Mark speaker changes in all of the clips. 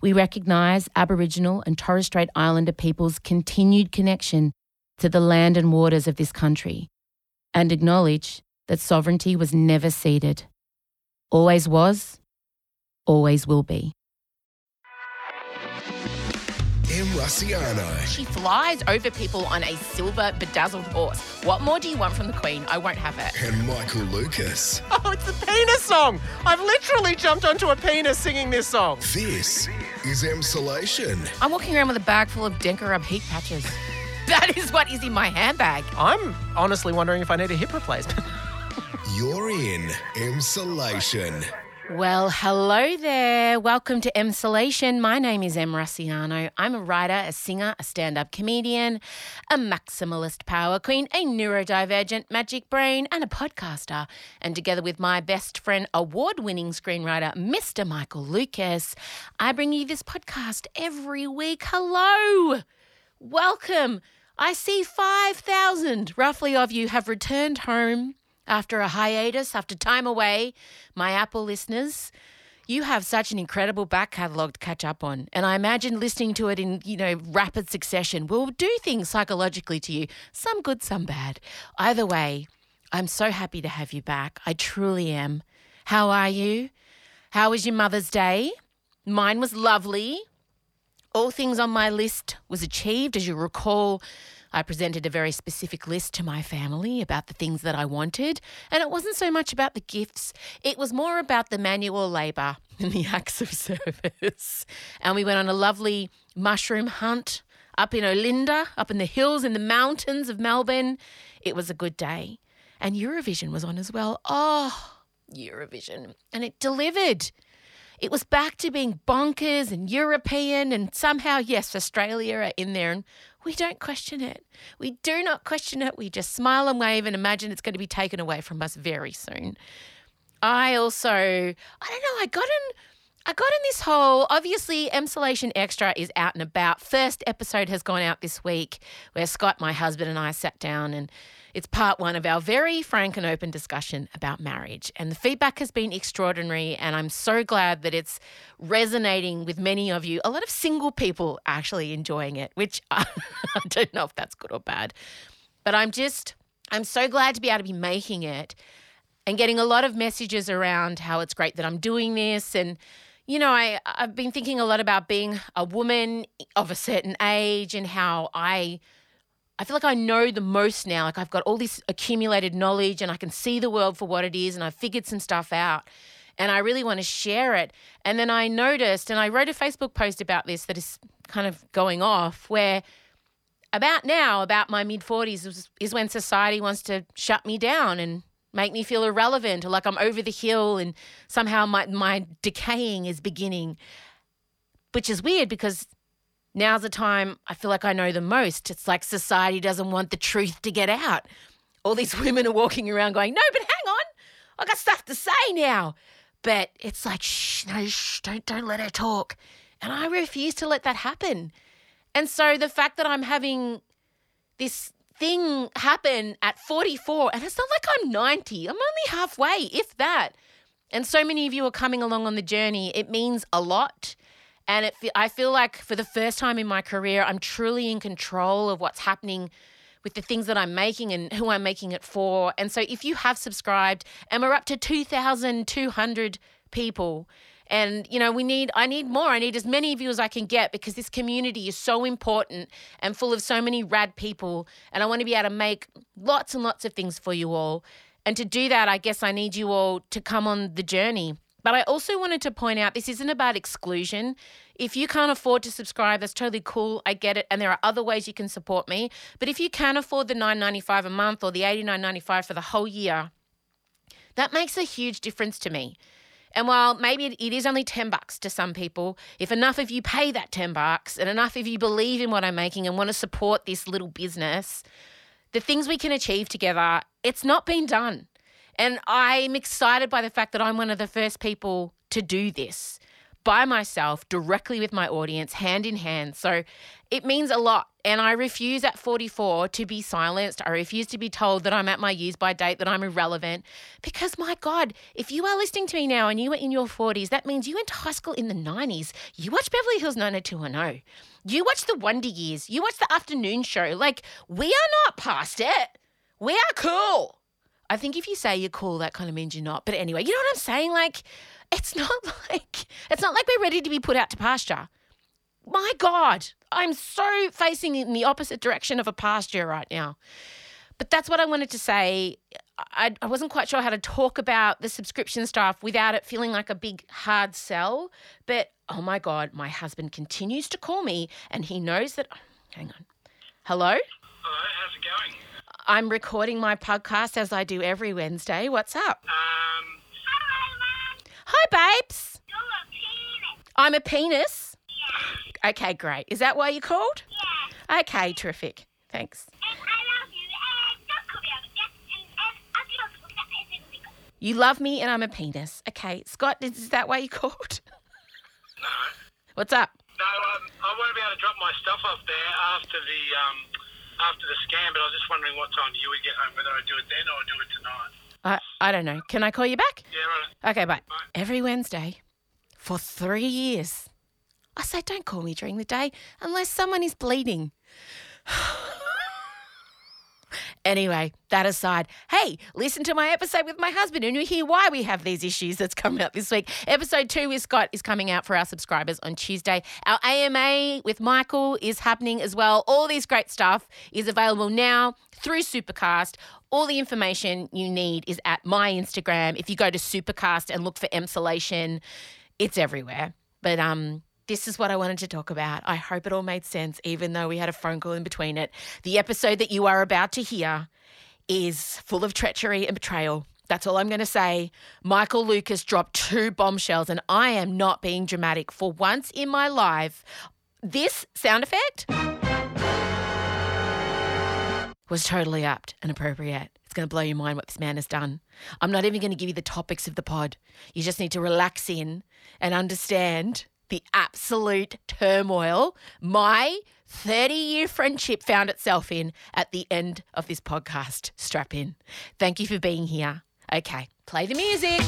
Speaker 1: We recognise Aboriginal and Torres Strait Islander peoples' continued connection to the land and waters of this country, and acknowledge that sovereignty was never ceded, always was, always will be.
Speaker 2: M. Rossiano.
Speaker 3: She flies over people on a silver bedazzled horse. What more do you want from the Queen? I won't have it.
Speaker 2: And Michael Lucas.
Speaker 4: Oh, it's a penis song. I've literally jumped onto a penis singing this song.
Speaker 2: This is Emsolation.
Speaker 3: I'm walking around with a bag full of Denkarub heat patches. That is what is in my handbag.
Speaker 4: I'm honestly wondering if I need a hip replacement.
Speaker 2: You're in Emsolation.
Speaker 1: Well, hello there. Welcome to Emsolation. My name is Em Rossiano. I'm a writer, a singer, a stand up comedian, a maximalist power queen, a neurodivergent magic brain, and a podcaster. And together with my best friend, award winning screenwriter, Mr. Michael Lucas, I bring you this podcast every week. Hello. Welcome. I see 5,000 roughly of you have returned home after a hiatus, after time away. My Apple listeners, you have such an incredible back catalogue to catch up on. And I imagine listening to it in, you know, rapid succession will do things psychologically to you, some good, some bad. Either way, I'm so happy to have you back. I truly am. How are you? How was your Mother's Day? Mine was lovely. All things on my list was achieved. As you recall, I presented a very specific list to my family about the things that I wanted, and it wasn't so much about the gifts, it was more about the manual labour and the acts of service. And we went on a lovely mushroom hunt up in Olinda, up in the hills in the mountains of Melbourne. It was a good day. And Eurovision was on as well. Oh, Eurovision. And it delivered. It was back to being bonkers and European, and somehow, yes, Australia are in there, and we don't question it. We do not question it. We just smile and wave and imagine it's going to be taken away from us very soon. I also, I don't know, I got in. I got in this whole obviously Emsolation Extra is out and about. First episode has gone out this week where Scott, my husband, and I sat down and it's part one of our very frank and open discussion about marriage. And the feedback has been extraordinary. And I'm so glad that it's resonating with many of you. A lot of single people actually enjoying it, which I, I don't know if that's good or bad. But I'm just, I'm so glad to be able to be making it and getting a lot of messages around how it's great that I'm doing this. And, you know, I, I've been thinking a lot about being a woman of a certain age and how I. I feel like I know the most now. Like I've got all this accumulated knowledge and I can see the world for what it is and I've figured some stuff out and I really want to share it. And then I noticed, and I wrote a Facebook post about this that is kind of going off where about now, about my mid 40s, is, is when society wants to shut me down and make me feel irrelevant or like I'm over the hill and somehow my, my decaying is beginning, which is weird because now's the time I feel like I know the most. It's like society doesn't want the truth to get out. All these women are walking around going, no, but hang on, I got stuff to say now. But it's like, shh, no, shh, don't, don't let her talk. And I refuse to let that happen. And so the fact that I'm having this thing happen at 44, and it's not like I'm 90, I'm only halfway, if that. And so many of you are coming along on the journey. It means a lot. And it, fe- I feel like for the first time in my career, I'm truly in control of what's happening with the things that I'm making and who I'm making it for. And so if you have subscribed, and we're up to 2,200 people. And you know we need I need more I need as many of you as I can get because this community is so important and full of so many rad people and I want to be able to make lots and lots of things for you all and to do that I guess I need you all to come on the journey but I also wanted to point out this isn't about exclusion. If you can't afford to subscribe, that's totally cool. I get it. And there are other ways you can support me. But if you can afford the $9.95 a month or the $89.95 for the whole year, that makes a huge difference to me. And while maybe it, it is only 10 bucks to some people, if enough of you pay that 10 bucks and enough of you believe in what I'm making and want to support this little business, the things we can achieve together, it's not been done. And I'm excited by the fact that I'm one of the first people to do this by myself, directly with my audience, hand in hand. So it means a lot. And I refuse at 44 to be silenced. I refuse to be told that I'm at my use by date, that I'm irrelevant. Because my God, if you are listening to me now and you were in your 40s, that means you went to high school in the 90s. You watched Beverly Hills 90210. You watched The Wonder Years. You watched The Afternoon Show. Like, we are not past it. We are cool. I think if you say you're cool, that kind of means you're not. But anyway, you know what I'm saying? Like, it's not like it's not like we're ready to be put out to pasture. My God, I'm so facing in the opposite direction of a pasture right now. But that's what I wanted to say. I, I wasn't quite sure how to talk about the subscription stuff without it feeling like a big hard sell. But oh my God, my husband continues to call me and he knows that. Hang on. Hello?
Speaker 5: Hello, how's it going?
Speaker 1: I'm recording my podcast as I do every Wednesday. What's up?
Speaker 5: Um,
Speaker 1: Hi, babes. I'm a penis. Okay, great. Is that why you called? Okay, terrific. Thanks. You love me and I'm a penis. Okay, Scott, is is that why you called?
Speaker 5: no,
Speaker 1: What's up?
Speaker 5: no, um, I won't be able to drop my stuff off there after the um, after the scan. But I was just wondering what time you would get home, whether I do it then or I do it tonight.
Speaker 1: I, I don't know. Can I call you back?
Speaker 5: Yeah, right.
Speaker 1: Okay, bye. Every Wednesday for three years. I say, don't call me during the day unless someone is bleeding. anyway, that aside, hey, listen to my episode with my husband and you'll hear why we have these issues that's come out this week. Episode two with Scott is coming out for our subscribers on Tuesday. Our AMA with Michael is happening as well. All this great stuff is available now through Supercast. All the information you need is at my Instagram. If you go to Supercast and look for Emsolation, it's everywhere. But um, this is what I wanted to talk about. I hope it all made sense, even though we had a phone call in between it. The episode that you are about to hear is full of treachery and betrayal. That's all I'm going to say. Michael Lucas dropped two bombshells, and I am not being dramatic. For once in my life, this sound effect was totally apt and appropriate. It's going to blow your mind what this man has done. I'm not even going to give you the topics of the pod. You just need to relax in and understand the absolute turmoil my 30 year friendship found itself in at the end of this podcast. Strap in. Thank you for being here. Okay, play the music.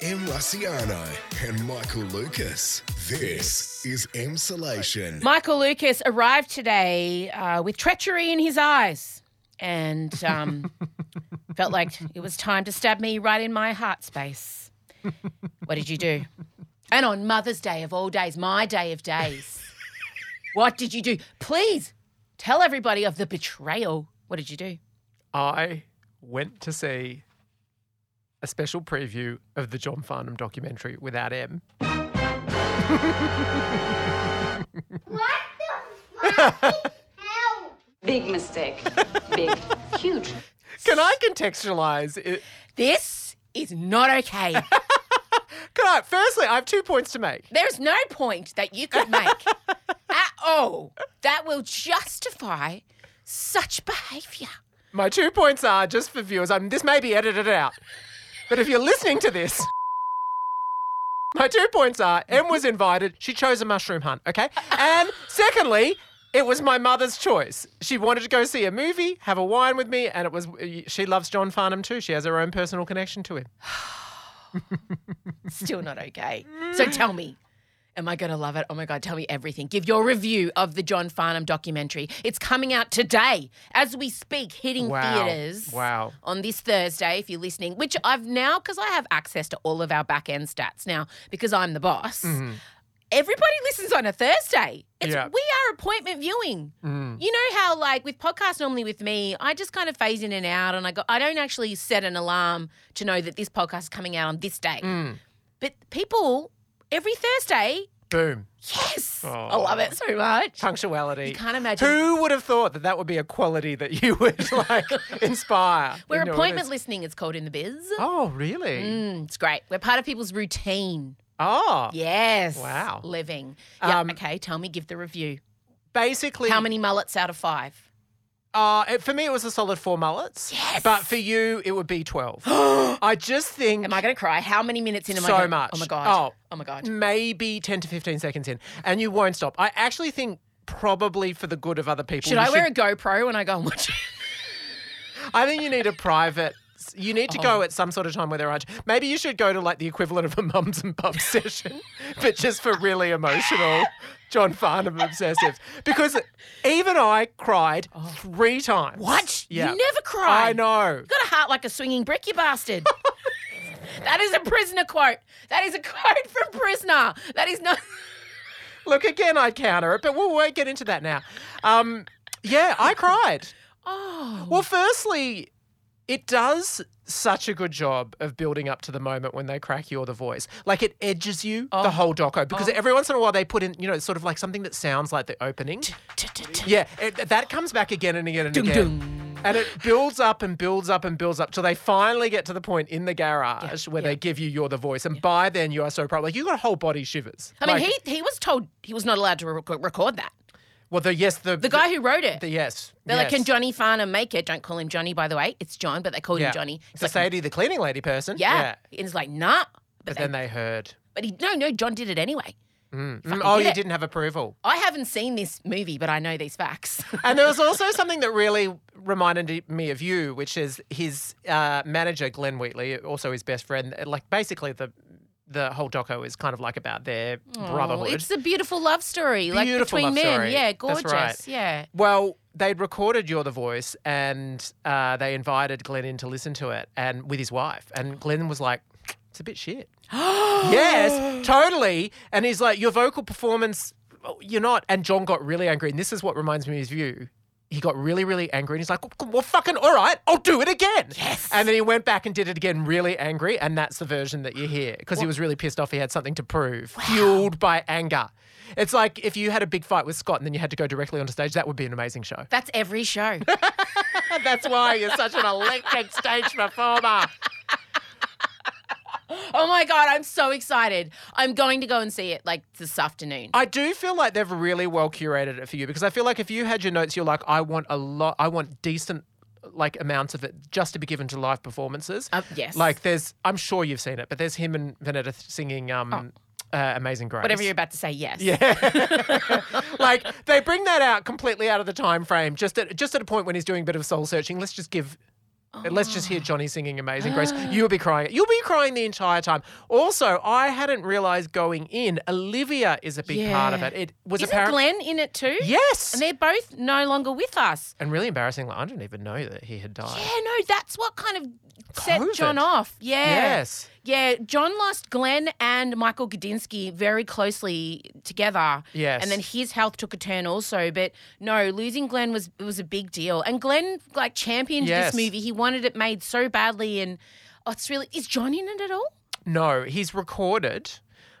Speaker 2: M. Rossiano and Michael Lucas. This is Emsolation.
Speaker 1: Michael Lucas arrived today uh, with treachery in his eyes and um, felt like it was time to stab me right in my heart space. What did you do? And on Mother's Day of all days, my day of days, what did you do? Please tell everybody of the betrayal. What did you do?
Speaker 4: I went to see a special preview of the John Farnham documentary without M.
Speaker 6: Big mistake. Big. Huge.
Speaker 4: Can I contextualize it?
Speaker 1: This is not okay.
Speaker 4: Can I? Firstly, I have two points to make.
Speaker 1: There's no point that you could make at all that will justify such behavior.
Speaker 4: My two points are just for viewers. Um, this may be edited out, but if you're listening to this, my two points are: M was invited. She chose a mushroom hunt. Okay, and secondly. It was my mother's choice. She wanted to go see a movie, have a wine with me, and it was. She loves John Farnham too. She has her own personal connection to him.
Speaker 1: Still not okay. So tell me, Am I going to love it? Oh my God, tell me everything. Give your review of the John Farnham documentary. It's coming out today as we speak, hitting
Speaker 4: Wow.
Speaker 1: theatres
Speaker 4: Wow.
Speaker 1: on this Thursday if you're listening, which I've now, because I have access to all of our back end stats now, because I'm the boss.
Speaker 4: Mm-hmm.
Speaker 1: Everybody listens on a Thursday. It's,
Speaker 4: Yeah. Mm.
Speaker 1: We are appointment viewing. You know how, like, with podcasts, normally with me, I just kind of phase in and out, and I go, I don't actually set an alarm to know that this podcast is coming out on this day.
Speaker 4: Mm.
Speaker 1: But people, every Thursday,
Speaker 4: Boom.
Speaker 1: yes, I
Speaker 4: Oh.
Speaker 1: love it so much.
Speaker 4: Punctuality.
Speaker 1: You can't imagine.
Speaker 4: Who would have thought that that would be a quality that you would like inspire?
Speaker 1: We're
Speaker 4: into
Speaker 1: appointment
Speaker 4: others?
Speaker 1: listening. It's called in the biz.
Speaker 4: Oh, really?
Speaker 1: Mm, it's great. We're part of people's routine.
Speaker 4: Oh,
Speaker 1: Yes.
Speaker 4: Wow.
Speaker 1: Living. Yeah.
Speaker 4: Um,
Speaker 1: okay. Tell me. Give the review.
Speaker 4: basically.
Speaker 1: How many mullets out of five?
Speaker 4: Uh, it, for me, it was a solid four mullets.
Speaker 1: Yes.
Speaker 4: But for you, it would be 12. I just think.
Speaker 1: Am I going to cry? How many minutes in am I?
Speaker 4: So
Speaker 1: gonna-
Speaker 4: much.
Speaker 1: Oh my god.
Speaker 4: Oh.
Speaker 1: Oh my god.
Speaker 4: maybe 10 to 15 seconds in and you won't stop. I actually think probably for the good of other people.
Speaker 1: Should
Speaker 4: you
Speaker 1: I wear a GoPro when I go and watch it?
Speaker 4: I think you need a private you need to
Speaker 1: Oh.
Speaker 4: go at some sort of time where there aren't. Maybe you should go to like the equivalent of a mums and pubs session, but just for really emotional John Farnham obsessives. Because even I cried three times.
Speaker 1: Oh. What?
Speaker 4: Yeah.
Speaker 1: You never cry.
Speaker 4: I know.
Speaker 1: Got a heart like a swinging brick, you bastard. that is a prisoner quote. That is a quote from Prisoner. That is not.
Speaker 4: Look, again, I counter it, but we'll, won't get into that now. Um, yeah, I cried.
Speaker 1: Oh.
Speaker 4: Well, firstly, it does such a good job of building up to the moment when they crack your the voice. Like it edges you
Speaker 1: Oh.
Speaker 4: the whole doco because every once in a while they put in, you know, sort of like something that sounds like the opening. yeah, it, that comes back again and again and again. And it builds up and builds up and builds up till they finally get to the point in the garage where they give you You're the Voice. And by then you are so proud. Like you got whole body shivers.
Speaker 1: I mean,
Speaker 4: Like-
Speaker 1: he he was told he was not allowed to rec- record that.
Speaker 4: Well, the yes, the.
Speaker 1: The guy who wrote it.
Speaker 4: The, yes.
Speaker 1: They're like,
Speaker 4: yes.
Speaker 1: can Johnny Farnham make it? Don't call him Johnny, by the way. It's John, but they called
Speaker 4: yeah.
Speaker 1: him Johnny. It's
Speaker 4: So
Speaker 1: like,
Speaker 4: Sadie, the cleaning lady person.
Speaker 1: yeah. And it's like, nah.
Speaker 4: But then they heard.
Speaker 1: But he, no, no, John did it anyway.
Speaker 4: Mm, Oh,
Speaker 1: did
Speaker 4: you
Speaker 1: it.
Speaker 4: didn't have approval.
Speaker 1: I haven't seen this movie, but I know these facts.
Speaker 4: And there was also something that really reminded me of you, which is his uh, manager, Glenn Wheatley, also his best friend. Like basically, the the whole doco is kind of like about their
Speaker 1: Oh,
Speaker 4: brotherhood.
Speaker 1: It's a beautiful love story, like
Speaker 4: Beautiful
Speaker 1: between
Speaker 4: love
Speaker 1: men.
Speaker 4: story.
Speaker 1: Yeah,
Speaker 4: That's
Speaker 1: gorgeous.
Speaker 4: right.
Speaker 1: Yeah.
Speaker 4: Well, they'd recorded You're the Voice and uh, they invited Glenn in to listen to it and with his wife. And Glenn was like, it's a bit shit. yes, totally. And he's like, your vocal performance, oh, you're not. And John got really angry. And this is what reminds me of his view. He got really, really angry and he's like, well, fucking, all right, I'll do it again. Yes. And then he went back and did it again, really angry. And that's the version that you hear because he was really pissed off. He had something to prove, fueled by anger. It's like if you had a big fight with Scott and then you had to go directly onto stage, that would be an amazing show.
Speaker 1: That's every show.
Speaker 4: That's why you're such an electric stage performer.
Speaker 1: oh my God, I'm so excited. I'm going to go and see it like this afternoon.
Speaker 4: I do feel like they've really well curated it for you because I feel like if you had your notes, you're like, I want a lot, I want decent like amounts of it just to be given to live performances.
Speaker 1: Uh, yes.
Speaker 4: Like there's, I'm sure you've seen it, but there's him and Vanetta singing um, uh, Amazing Grace.
Speaker 1: Oh. Whatever you're about to say, yes.
Speaker 4: Yeah. like they bring that out completely out of the time frame. Just at just at a point when he's doing a bit of soul searching. Let's just give. Let's just hear Johnny singing Amazing Grace. You'll be crying. You'll be crying the entire time. Also, I hadn't realized going in, Olivia is a big part of
Speaker 1: Yeah.
Speaker 4: it. It was
Speaker 1: Isn't
Speaker 4: apparent.
Speaker 1: Glenn in it too?
Speaker 4: yes.
Speaker 1: And
Speaker 4: And,
Speaker 1: they're both no longer with us.
Speaker 4: really embarrassing. Like, I didn't even know that he had died.
Speaker 1: Yeah, no, that's what kind of set
Speaker 4: COVID.
Speaker 1: John off. Yeah.
Speaker 4: Yes.
Speaker 1: Yeah, John lost Glenn and Michael Gudinski very closely together.
Speaker 4: Yes.
Speaker 1: And then his health took a turn also. But no, losing Glenn was it was a big deal. And Glenn like championed
Speaker 4: Yes.
Speaker 1: this movie. He wanted it made so badly and oh, it's really is John in it at all?
Speaker 4: No, he's recorded.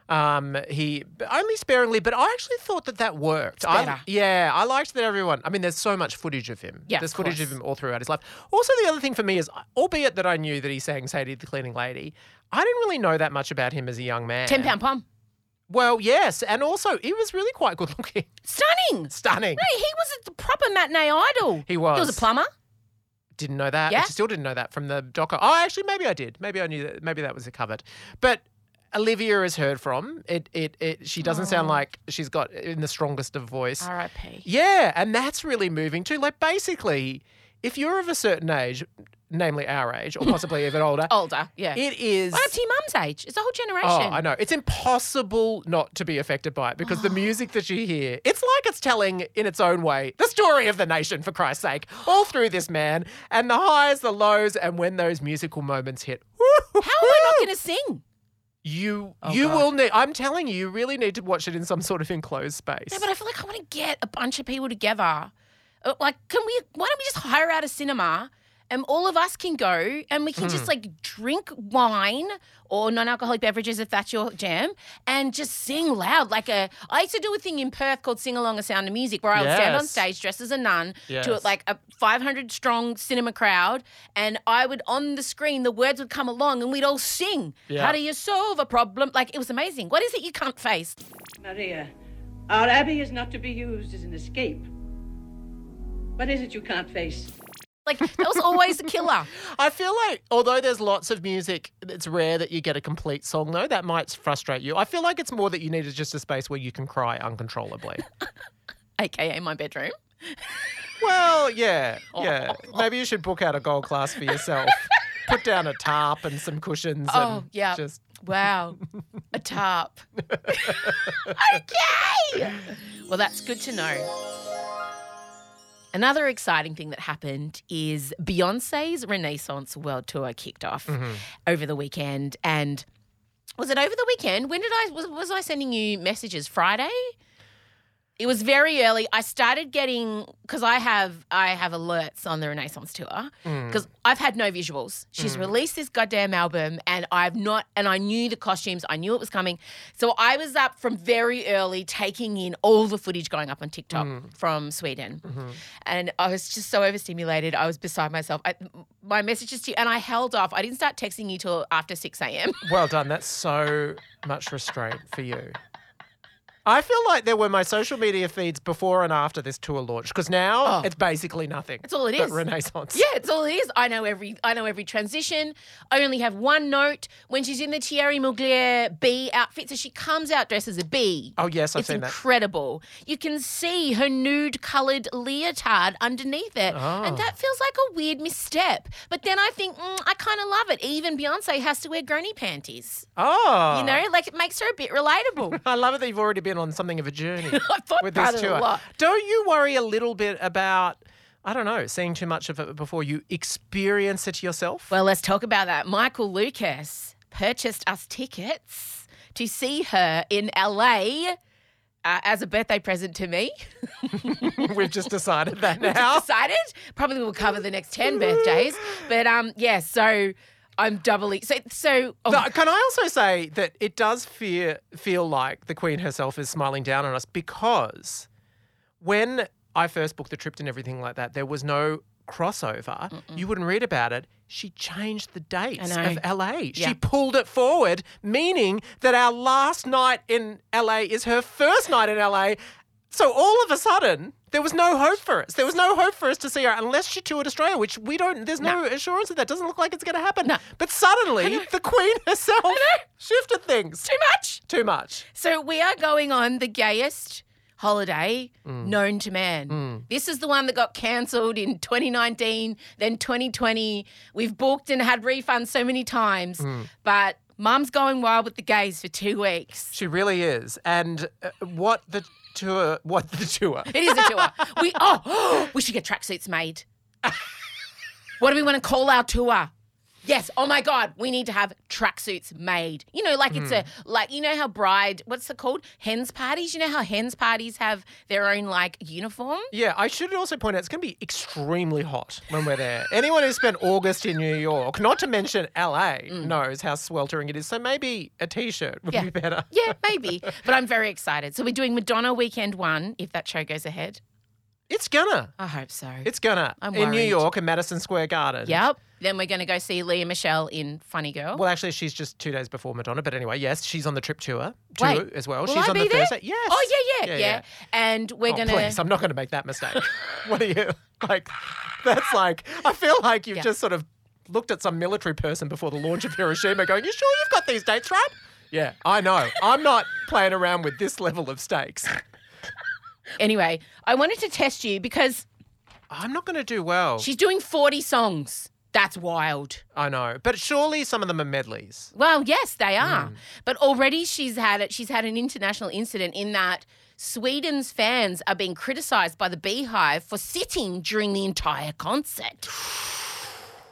Speaker 4: Um, he but only sparingly, but I actually thought that that worked. I,
Speaker 1: better.
Speaker 4: yeah, I liked that everyone. I mean, there's so much footage of him.
Speaker 1: Yeah,
Speaker 4: there's
Speaker 1: of
Speaker 4: footage
Speaker 1: course.
Speaker 4: of him all throughout his life. Also, the other thing for me is, albeit that I knew that he sang "Sadie the Cleaning Lady," I didn't really know that much about him as a young man.
Speaker 1: Ten pound pom.
Speaker 4: Well, yes, and also he was really quite good looking,
Speaker 1: Stunning.
Speaker 4: stunning.
Speaker 1: No, he was a proper matinee idol.
Speaker 4: He was.
Speaker 1: He was a plumber.
Speaker 4: Didn't know that.
Speaker 1: Yeah.
Speaker 4: I still didn't know that from the doco. Oh, actually, maybe I did. Maybe I knew that. Maybe that was covered. But Olivia is heard from. It. It. it she doesn't sound like she's got in the strongest of voice.
Speaker 1: R.I.P.
Speaker 4: Yeah, and that's really moving too. Like basically, if you're of a certain age, namely our age, or possibly even older,
Speaker 1: Oh,
Speaker 3: Older, yeah.
Speaker 4: it is.
Speaker 1: What up to your mum's age? It's a whole generation.
Speaker 4: Oh, I know. It's impossible not to be affected by it because
Speaker 1: Oh.
Speaker 4: the music that you hear, it's like it's telling in its own way the story of the nation, for Christ's sake, all through this man and the highs, the lows, and when those musical moments hit.
Speaker 1: How am I not Oh, going to sing?
Speaker 4: You you will need I'm telling you, you really need to watch it in some sort of enclosed space.
Speaker 1: Yeah, but I feel like I want to get a bunch of people together. Uh, Like, can we? Why don't we just hire out a cinema and all of us can go and we can
Speaker 4: Hmm.
Speaker 1: just like drink wine or non-alcoholic beverages if that's your jam and just sing loud. Like a, I used to do a thing in Perth called Sing Along a Sound of Music where I would stand on
Speaker 4: Yes.
Speaker 1: stage dressed as a nun to
Speaker 4: Yes.
Speaker 1: like a 500 strong cinema crowd and I would on the screen the words would come along and we'd all sing.
Speaker 4: Yeah.
Speaker 1: How do you solve a problem? Like it was amazing. What is it you can't face?
Speaker 7: Maria, our abbey is not to be used as an escape. What is it you can't face?
Speaker 1: Like that was always the killer.
Speaker 4: I feel like, although there's lots of music, it's rare that you get a complete song, though. That might frustrate you. I feel like it's more that you need is just a space where you can cry uncontrollably.
Speaker 1: aka my bedroom.
Speaker 4: well, yeah,
Speaker 1: Oh.
Speaker 4: yeah. Maybe you should book out a gold class for yourself. Put down a tarp and some cushions.
Speaker 1: Oh,
Speaker 4: and
Speaker 1: yeah.
Speaker 4: Just
Speaker 1: Wow, a tarp. okay. Well, that's good to know. Another exciting thing that happened is Beyonce's Renaissance World Tour kicked off over the weekend. And was it over the weekend? When did I was, was I sending you messages Friday? It was very early. I started getting because I have I have alerts on the Renaissance tour because I've had no visuals. She's released this goddamn album, and I've not. And I knew the costumes. I knew it was coming. So I was up from very early, taking in all the footage going up on TikTok from Sweden, and I was just so overstimulated. I was beside myself. I, my messages to you, and I held off. I didn't start texting you till after six a.m.
Speaker 4: well done. That's so much restraint for you. I feel like there were my social media feeds before and after this tour launch because now
Speaker 1: Oh.
Speaker 4: it's basically nothing. That's
Speaker 1: all it
Speaker 4: but
Speaker 1: is.
Speaker 4: Renaissance.
Speaker 1: Yeah, it's all it is. I know every I know every transition. I only have one note when she's in the Thierry Mugler bee outfit. So she comes out dressed as a bee.
Speaker 4: Oh yes, I've
Speaker 1: it's
Speaker 4: seen that.
Speaker 1: incredible. You can see her nude coloured leotard underneath it.
Speaker 4: Oh.
Speaker 1: And that feels like a weird misstep. But then I think, mm, I kind of love it. Even Beyonce has to wear granny panties.
Speaker 4: Oh,
Speaker 1: You know, like it makes her a bit relatable.
Speaker 4: I love it that you've already been on something of a journey
Speaker 1: thought
Speaker 4: with
Speaker 1: about
Speaker 4: this
Speaker 1: it a
Speaker 4: tour.
Speaker 1: lot.
Speaker 4: Don't you worry a little bit about, I don't know, seeing too much of it before you experience it yourself?
Speaker 1: Well, let's talk about that. Michael Lucas purchased us tickets to see her in LA uh, as a birthday present to me.
Speaker 4: We've just decided that now.
Speaker 1: Excited? Probably will cover the next 10 birthdays. But um yeah, so I'm doubly so so oh,
Speaker 4: No, can I also say that it does fear, feel like the Queen herself is smiling down on us because when I first booked the trip and everything like that, there was no crossover. You wouldn't read about it. She changed the dates
Speaker 1: know.
Speaker 4: of LA.
Speaker 1: Yeah.
Speaker 4: She pulled it forward, meaning that our last night in LA is her first night in LA. So all of a sudden, there was no hope for us. There was no hope for us to see her unless she toured Australia, which we don't, there's no, assurance of that. Doesn't look like it's going to happen. But suddenly, the Queen herself shifted things.
Speaker 1: too much.
Speaker 4: Too much.
Speaker 1: So we are going on the gayest holiday known to man. This is the one that got cancelled in 2019, then 2020. We've booked and had refunds so many times, but Mum's going wild with the gays for two weeks.
Speaker 4: She really is. And uh, what the tour, what the tour.
Speaker 1: It is a tour. we oh, we should get tracksuits made. what do we want to call our tour? Yes. Oh my God, we need to have tracksuits made. You know, like it's
Speaker 4: Hmm.
Speaker 1: a like you know how bride what's it called hens parties. You know how hens parties have their own like uniform.
Speaker 4: Yeah, I should also point out it's going to be extremely hot when we're there. Anyone who spent August in New York, not to mention LA, knows how sweltering it is. So maybe a t shirt would
Speaker 1: Mm. Yeah.
Speaker 4: be better.
Speaker 1: Yeah, maybe. but I'm very excited. So we're doing Madonna Weekend One if that show goes ahead.
Speaker 4: It's gonna.
Speaker 1: I hope so.
Speaker 4: It's gonna.
Speaker 1: I'm
Speaker 4: in New
Speaker 1: worried.
Speaker 4: York in Madison Square Garden.
Speaker 1: yep. Then we're going to go see Leah Michelle in Funny Girl.
Speaker 4: Well, actually, she's just two days before Madonna. But anyway, yes, she's on the trip tour, tour
Speaker 1: Wait,
Speaker 4: as well.
Speaker 1: will
Speaker 4: she's
Speaker 1: I
Speaker 4: on
Speaker 1: be
Speaker 4: the
Speaker 1: there?
Speaker 4: Thursday. Yes.
Speaker 1: Oh yeah, yeah, yeah. And we're
Speaker 4: Oh,
Speaker 1: gonna.
Speaker 4: please, I'm not going to make that mistake. what are you like? That's like I feel like you've
Speaker 1: Yeah.
Speaker 4: just sort of looked at some military person before the launch of Hiroshima, going, "You sure you've got these dates right?" Yeah, I know. I'm not playing around with this level of stakes.
Speaker 1: Anyway, I wanted to test you because
Speaker 4: I'm not going to do well.
Speaker 1: she's doing 40 songs. That's wild.
Speaker 4: I know. But surely some of them are medleys.
Speaker 1: Well, yes, they are. But already she's had it. She's had an international incident in that Sweden's fans are being criticised by the Beehive for sitting during the entire concert.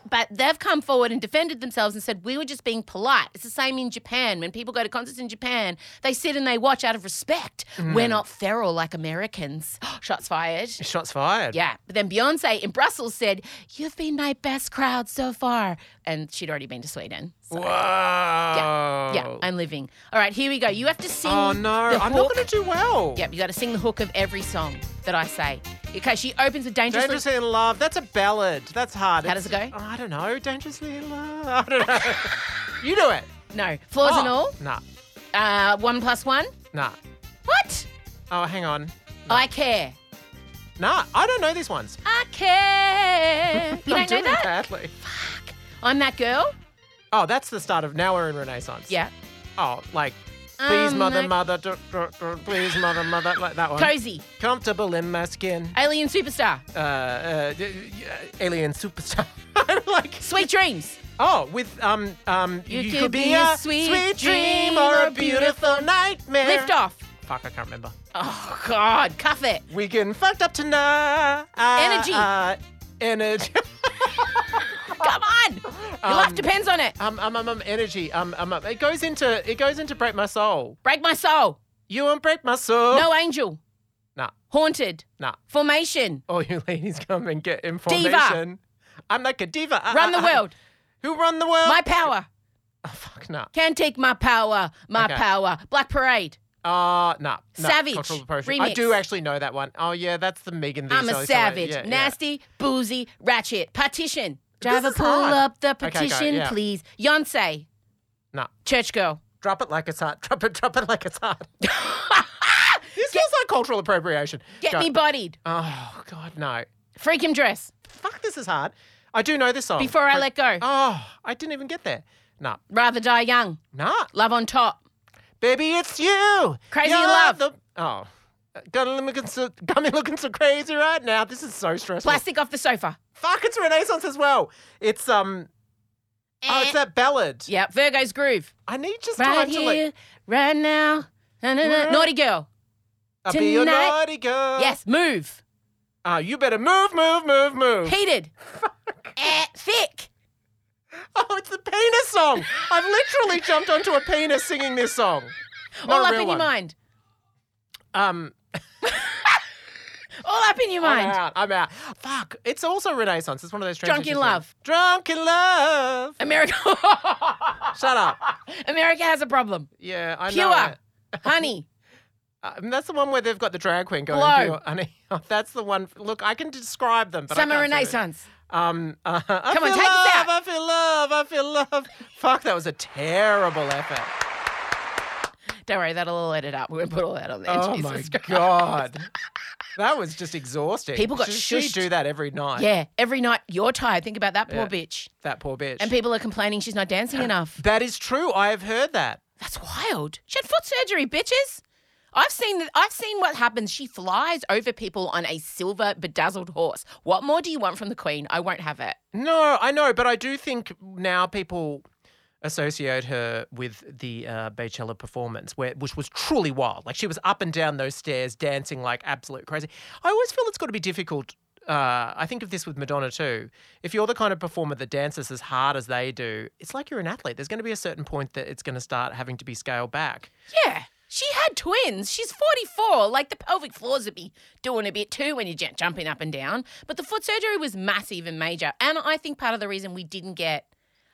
Speaker 1: But they've come forward and defended themselves and said we were just being polite. It's the same in Japan. When people go to concerts in Japan, they sit and they watch out of respect. We're not feral like Americans. Shots fired.
Speaker 4: Shots fired.
Speaker 1: Yeah. But then Beyonce in Brussels said, You've been my best crowd so far. And she'd already been to Sweden. So,
Speaker 4: Whoa.
Speaker 1: yeah, I'm living. All right, here we go. You have to sing.
Speaker 4: Oh no,
Speaker 1: the
Speaker 4: I'm
Speaker 1: hook.
Speaker 4: not going to do well.
Speaker 1: Yep, you got to sing the hook of every song that I say. Okay, she opens with Dangerously.
Speaker 4: Dangerously in Love. That's a ballad. That's hard.
Speaker 1: How does
Speaker 4: It's-
Speaker 1: it go?
Speaker 4: I don't know. Dangerously in Love. I don't know. you do it.
Speaker 1: No, flaws and
Speaker 4: Oh.
Speaker 1: all.
Speaker 4: Nah.
Speaker 1: Uh, one plus one.
Speaker 4: Nah.
Speaker 1: What?
Speaker 4: Oh, hang on.
Speaker 1: I care.
Speaker 4: Nah. I don't know these ones.
Speaker 1: I care. You
Speaker 4: I'm
Speaker 1: don't know
Speaker 4: doing
Speaker 1: that?
Speaker 4: badly.
Speaker 1: I'm that girl.
Speaker 4: Oh, that's the start of Now We're in Renaissance.
Speaker 1: Yeah.
Speaker 4: Oh, like Please
Speaker 1: Um,
Speaker 4: Mother
Speaker 1: like-
Speaker 4: Mother. dr- dr- dr- Please Mother Mother. Like that one.
Speaker 1: Cozy.
Speaker 4: Comfortable in my skin.
Speaker 1: Alien superstar.
Speaker 4: Uh, uh, d- d- uh, alien superstar. I'm like
Speaker 1: Sweet dreams.
Speaker 4: Oh, with um um, you, could, be, a, sweet, dream,
Speaker 1: dream
Speaker 4: or
Speaker 1: or
Speaker 4: a beautiful nightmare.
Speaker 1: Lift off.
Speaker 4: Fuck, I can't remember.
Speaker 1: Oh God, cuff it.
Speaker 4: We getting fucked up tonight.
Speaker 1: Energy.
Speaker 4: Uh, energy.
Speaker 1: Come on. Your life depends on it.
Speaker 4: um, um, um, um, energy. Um, um, um, it goes into it goes into break my soul.
Speaker 1: Break my soul.
Speaker 4: You won't break my soul.
Speaker 1: No angel.
Speaker 4: Nah,
Speaker 1: Haunted.
Speaker 4: nah.
Speaker 1: Formation.
Speaker 4: All you ladies come and get information. I'm like a diva. Uh,
Speaker 1: Run
Speaker 4: uh,
Speaker 1: the
Speaker 4: uh.
Speaker 1: world.
Speaker 4: Who run the world?
Speaker 1: My power.
Speaker 4: Oh, fuck, nah.
Speaker 1: Can't take my power. My
Speaker 4: Okay.
Speaker 1: power. Black Parade.
Speaker 4: Uh, nah. nah.
Speaker 1: Savage.
Speaker 4: Cultural appropriation. I
Speaker 1: Remix.
Speaker 4: do actually know that one. Oh, yeah, that's the Megan Thee
Speaker 1: I'm a
Speaker 4: Stallion.
Speaker 1: savage.
Speaker 4: Yeah, yeah.
Speaker 1: Nasty, boozy, ratchet. Partition. Driver,
Speaker 4: is
Speaker 1: pull
Speaker 4: hard.
Speaker 1: up the
Speaker 4: Okay, go,
Speaker 1: petition,
Speaker 4: yeah.
Speaker 1: please. Yonsei.
Speaker 4: Nah.
Speaker 1: Church girl.
Speaker 4: Drop it like it's hot. Drop it, drop it like it's hot. this feels like cultural appropriation.
Speaker 1: Get
Speaker 4: Go-
Speaker 1: me bodied.
Speaker 4: Oh, God, no.
Speaker 1: Freak him dress.
Speaker 4: Fuck, this is hard. I do know this song.
Speaker 1: Before I
Speaker 4: But-
Speaker 1: let go.
Speaker 4: Oh, I didn't even get there. Nah,
Speaker 1: Rather die young.
Speaker 4: nah.
Speaker 1: Love on top.
Speaker 4: Oh. Baby, it's you.
Speaker 1: Crazy
Speaker 4: You're
Speaker 1: love.
Speaker 4: The- oh. Got me, looking so, got me looking so crazy right now. This is so stressful.
Speaker 1: Plastic off the sofa.
Speaker 4: Fuck, it's Renaissance as well. It's, um, oh, it's that ballad.
Speaker 1: Yeah. Virgo's groove.
Speaker 4: I need just
Speaker 1: Eh. Right
Speaker 4: time to, like,
Speaker 1: here, right now. Na, na, na. Naughty girl.
Speaker 4: I'll be your
Speaker 1: Tonight.
Speaker 4: naughty girl.
Speaker 1: Yes, move.
Speaker 4: Oh, you better move, move, move, move.
Speaker 1: Heated. Eh, thick.
Speaker 4: Oh, it's the penis song. I've literally jumped onto a penis singing this song. Not
Speaker 1: All
Speaker 4: a
Speaker 1: up
Speaker 4: real
Speaker 1: in your
Speaker 4: one.
Speaker 1: mind.
Speaker 4: Um,
Speaker 1: All up in your
Speaker 4: I'm
Speaker 1: mind.
Speaker 4: out. I'm out. Fuck. It's also Renaissance. It's one of those
Speaker 1: Drunk in
Speaker 4: transitions
Speaker 1: love.
Speaker 4: where- Drunk in love.
Speaker 1: America.
Speaker 4: Shut up.
Speaker 1: America has a problem.
Speaker 4: Yeah, I know.
Speaker 1: Pure.
Speaker 4: it.
Speaker 1: Honey.
Speaker 4: Um, that's the one where they've got the drag queen going.
Speaker 1: Blow.
Speaker 4: pure, honey. Oh, That's the one. Look, I can describe them, but I
Speaker 1: Summer
Speaker 4: can't do it.
Speaker 1: Renaissance.
Speaker 4: Um, uh, I
Speaker 1: Come on, take
Speaker 4: feel love,
Speaker 1: us out.
Speaker 4: I feel love. I feel love. Fuck, that was a terrible effort.
Speaker 1: Don't worry, that'll all edit up. We'll put all that on there.
Speaker 4: Oh
Speaker 1: Jesus
Speaker 4: my
Speaker 1: Christ.
Speaker 4: god, that was just exhausting.
Speaker 1: People got
Speaker 4: She- she
Speaker 1: shushed.
Speaker 4: do that every night.
Speaker 1: Yeah, every night you're tired. Think about that poor
Speaker 4: Yeah.
Speaker 1: bitch.
Speaker 4: that poor bitch.
Speaker 1: And people are complaining she's not dancing enough.
Speaker 4: that is true. I have heard that.
Speaker 1: That's wild. She had foot surgery, bitches. I've seen that. I've seen what happens. She flies over people on a silver bedazzled horse. What more do you want from the queen? I won't have it.
Speaker 4: No, I know, but I do think now people associate her with the uh, Beychella performance, where which was truly wild. Like she was up and down those stairs dancing like absolute crazy. I always feel it's got to be difficult. Uh, I think of this with Madonna too. If you're the kind of performer that dances as hard as they do, it's like you're an athlete. There's going to be a certain point that it's going to start having to be scaled back.
Speaker 1: Yeah. She had twins. She's 44. Like the pelvic floors would be doing a bit too when you're j- jumping up and down. But the foot surgery was massive and major. And I think part of the reason we didn't get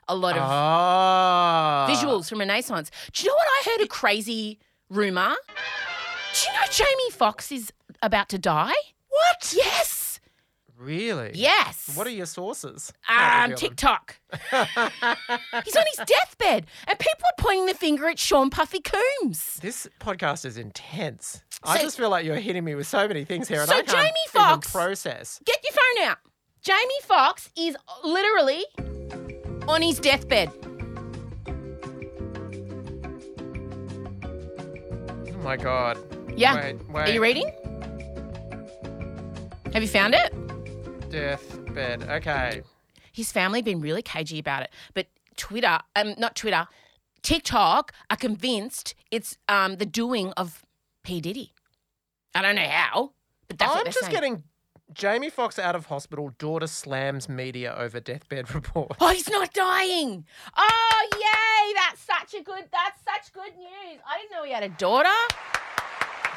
Speaker 1: a lot
Speaker 4: Ah.
Speaker 1: of
Speaker 4: Oh.
Speaker 1: visuals from Renaissance. Do you know what I heard a crazy rumor? Do you know Jamie Foxx is about to die? What? Yes.
Speaker 4: Really?
Speaker 1: Yes.
Speaker 4: What are your sources?
Speaker 1: um,
Speaker 4: Reveal them.
Speaker 1: TikTok. He's on his deathbed, and people are pointing the finger at Sean Puffy Coombs.
Speaker 4: This podcast is intense. I
Speaker 1: So-
Speaker 4: just feel like you're hitting me with so many things here, and
Speaker 1: So
Speaker 4: I can't
Speaker 1: Jamie
Speaker 4: even
Speaker 1: Foxx-
Speaker 4: process.
Speaker 1: Get your phone out. Jamie Foxx is literally on his deathbed.
Speaker 4: Oh my god.
Speaker 1: Yeah.
Speaker 4: Wait,
Speaker 1: Are
Speaker 4: wait.
Speaker 1: you reading? Have you found it?
Speaker 4: Deathbed. Okay.
Speaker 1: his family been really cagey about it. But Twitter, um, not Twitter, TikTok are convinced it's um, the doing of P Diddy. I don't know how, but that's what
Speaker 4: I'm
Speaker 1: they're
Speaker 4: just
Speaker 1: saying.
Speaker 4: getting Jamie Foxx out of hospital. Daughter slams media over deathbed report.
Speaker 1: Oh, he's not dying. Oh, yay. That's such a good, that's such good news. I didn't know he had a daughter.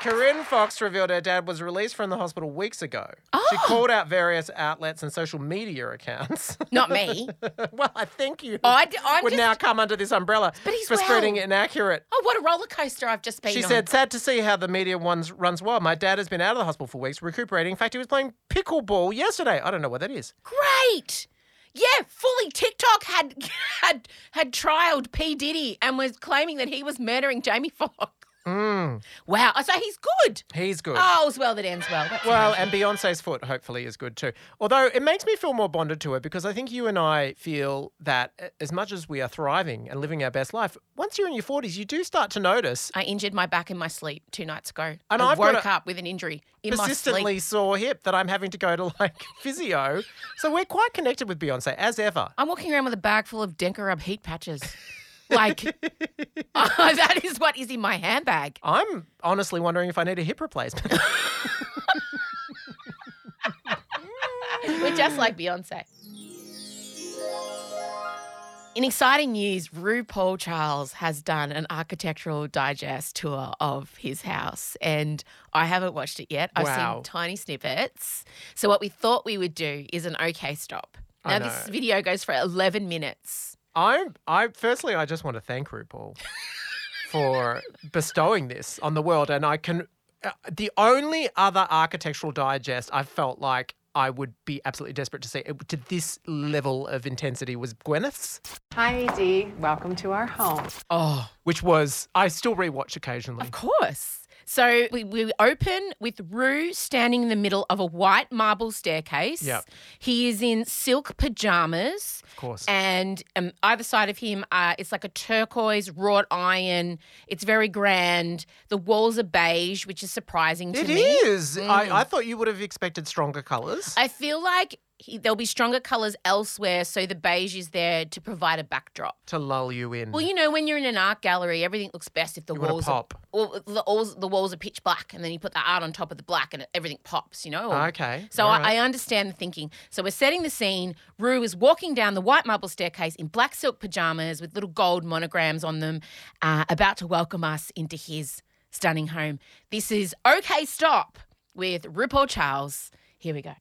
Speaker 4: Corinne Fox revealed her dad was released from the hospital weeks ago. She
Speaker 1: Oh.
Speaker 4: called out various outlets and social media accounts.
Speaker 1: Not me.
Speaker 4: well, I think you
Speaker 1: I, d- I'm
Speaker 4: would
Speaker 1: just,
Speaker 4: now come under this umbrella
Speaker 1: But he's
Speaker 4: for spreading
Speaker 1: well.
Speaker 4: inaccurate.
Speaker 1: oh, what a roller coaster I've just been
Speaker 4: She
Speaker 1: on.
Speaker 4: said, "Sad to see how the media ones runs wild. My dad has been out of the hospital for weeks, recuperating. In fact, he was playing pickleball yesterday. I don't know what that is.
Speaker 1: great. Yeah, fully TikTok had had had trialed P Diddy and was claiming that he was murdering Jamie Foxx.
Speaker 4: Mm,
Speaker 1: Wow. So he's good.
Speaker 4: he's good.
Speaker 1: Oh, all's well that ends well. That's
Speaker 4: Well,
Speaker 1: amazing.
Speaker 4: and Beyonce's foot hopefully is good too. Although it makes me feel more bonded to her because I think you and I feel that a- as much as we are thriving and living our best life, once you're in your 40s, you do start to notice
Speaker 1: I injured my back in my sleep two nights ago.
Speaker 4: And
Speaker 1: I
Speaker 4: I've got
Speaker 1: woke
Speaker 4: a-
Speaker 1: up with an injury in my sleep.
Speaker 4: persistently sore hip that I'm having to go to like physio. So we're quite connected with Beyonce as ever.
Speaker 1: I'm walking around with a bag full of Denkarub heat patches. Like, oh, that is what is in my handbag.
Speaker 4: I'm honestly wondering if I need a hip replacement.
Speaker 1: We're just like Beyonce. In exciting news, RuPaul Charles has done an architectural digest tour of his house, and I haven't watched it yet. I've
Speaker 4: Wow.
Speaker 1: seen tiny snippets. So, what we thought we would do is an okay stop.
Speaker 4: I
Speaker 1: Now, this
Speaker 4: know.
Speaker 1: video goes for 11 minutes.
Speaker 4: I I firstly I just want to thank RuPaul for bestowing this on the world and I can uh, the only other architectural digest I felt like I would be absolutely desperate to see it, to this level of intensity was Gwyneth's
Speaker 8: Hi, Dee. Welcome to our home.
Speaker 1: Oh,
Speaker 4: which was I still rewatch occasionally.
Speaker 1: Of course. So we, we open with Rue standing in the middle of a white marble staircase.
Speaker 4: Yep.
Speaker 1: He is in silk pajamas. Of
Speaker 4: course.
Speaker 1: And um, either side of him, uh, it's like a turquoise wrought iron. It's very grand. The walls are beige, which is surprising to
Speaker 4: It
Speaker 1: me.
Speaker 4: is. I, I thought you would have expected stronger colors.
Speaker 1: Mm. I feel like he, there'll be stronger colors elsewhere, so the beige is there to provide a backdrop.
Speaker 4: to lull you in.
Speaker 1: Well, you know, when you're in an art gallery, everything looks best if the
Speaker 4: You wanna
Speaker 1: walls
Speaker 4: pop.
Speaker 1: Are, well, the, walls, the walls are pitch black, and then you put the art on top of the black, and everything pops. You know. or-
Speaker 4: Ah, okay.
Speaker 1: So
Speaker 4: all
Speaker 1: I,
Speaker 4: right.
Speaker 1: I understand the thinking. So we're setting the scene. Rue is walking down the white marble staircase in black silk pajamas with little gold monograms on them, uh, about to welcome us into his stunning home. This is okay. Stop with RuPaul Charles. Here we go.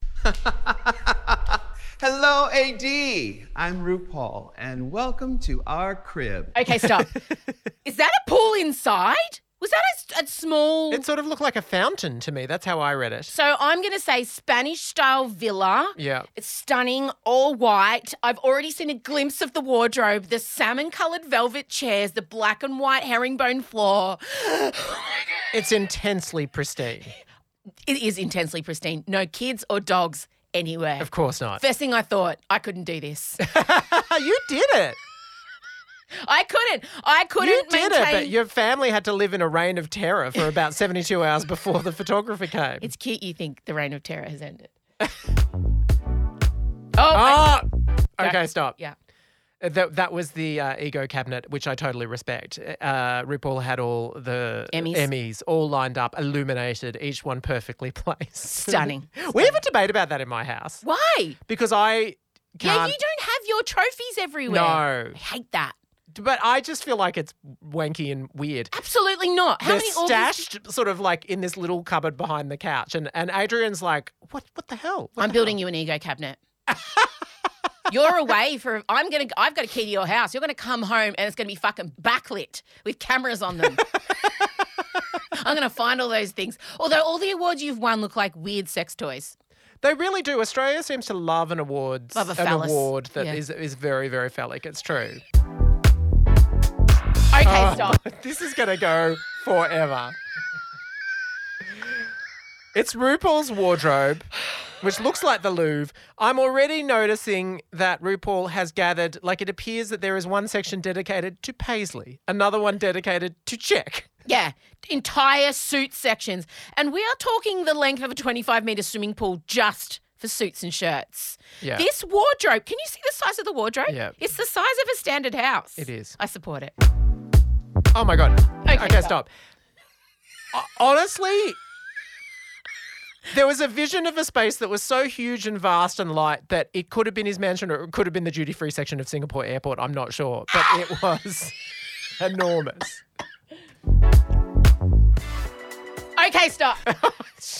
Speaker 9: Hello, AD. I'm RuPaul, and welcome to our crib.
Speaker 1: Okay, stop. is that a pool inside? Was that a, s- a small?
Speaker 4: It sort of looked like a fountain to me. That's how I read it.
Speaker 1: So I'm going to say Spanish style villa.
Speaker 4: Yeah.
Speaker 1: It's stunning, all white. I've already seen a glimpse of the wardrobe, the salmon coloured velvet chairs, the black and white herringbone floor.
Speaker 4: It's intensely pristine.
Speaker 1: It is intensely pristine. No kids or dogs anywhere.
Speaker 4: Of course not. Ah,
Speaker 1: First thing I thought, I couldn't do this.
Speaker 4: you did it.
Speaker 1: I couldn't. I couldn't
Speaker 4: You did
Speaker 1: maintain.
Speaker 4: it, but your family had to live in a reign of terror for about 72 hours before the photographer came.
Speaker 1: It's cute you think the reign of terror has ended. oh, I-
Speaker 4: Ah! okay, stop.
Speaker 1: yeah.
Speaker 4: Uh, That, that was the uh, ego cabinet, which I totally respect. Uh, RuPaul had all the
Speaker 1: Emmys.
Speaker 4: all lined up, illuminated, each one perfectly placed.
Speaker 1: Stunning.
Speaker 4: we have a debate about that in my house
Speaker 1: Why?
Speaker 4: because I
Speaker 1: Yeah,
Speaker 4: can't.
Speaker 1: you don't have your trophies everywhere.
Speaker 4: No.
Speaker 1: I hate that.
Speaker 4: but I just feel like it's wanky and weird.
Speaker 1: Absolutely not. How
Speaker 4: They're
Speaker 1: many organs? do-
Speaker 4: stashed sort of like in this little cupboard behind the couch, and and Adrian's like, what What the hell? What
Speaker 1: I'm
Speaker 4: the
Speaker 1: building you an ego cabinet. You're away for. I'm gonna. I've got a key to your house. You're gonna come home and it's gonna be fucking backlit with cameras on them. I'm gonna find all those things. Although all the awards you've won look like weird sex toys.
Speaker 4: They really do. Australia seems to love an awards
Speaker 1: Love a
Speaker 4: an
Speaker 1: phallus.
Speaker 4: award that
Speaker 1: Yeah.
Speaker 4: is is very very phallic. It's true. Oh.
Speaker 1: Okay, stop.
Speaker 4: This is gonna go forever. It's RuPaul's wardrobe, which looks like the Louvre. I'm already noticing that RuPaul has gathered, like, it appears that there is one section dedicated to Paisley, another one dedicated to Czech.
Speaker 1: Yeah, entire suit sections, and we are talking the length of a 25 meter swimming pool just for suits and shirts.
Speaker 4: Yeah.
Speaker 1: This wardrobe, can you see the size of the wardrobe?
Speaker 4: Yeah.
Speaker 1: It's the size of a standard house.
Speaker 4: It is.
Speaker 1: I support it.
Speaker 4: Oh my god. Okay,
Speaker 1: stop.
Speaker 4: stop. O- Honestly, there was a vision of a space that was so huge and vast and light that it could have been his mansion or it could have been the duty free section of Singapore Airport. I'm not sure, but it was enormous.
Speaker 1: Okay, stop.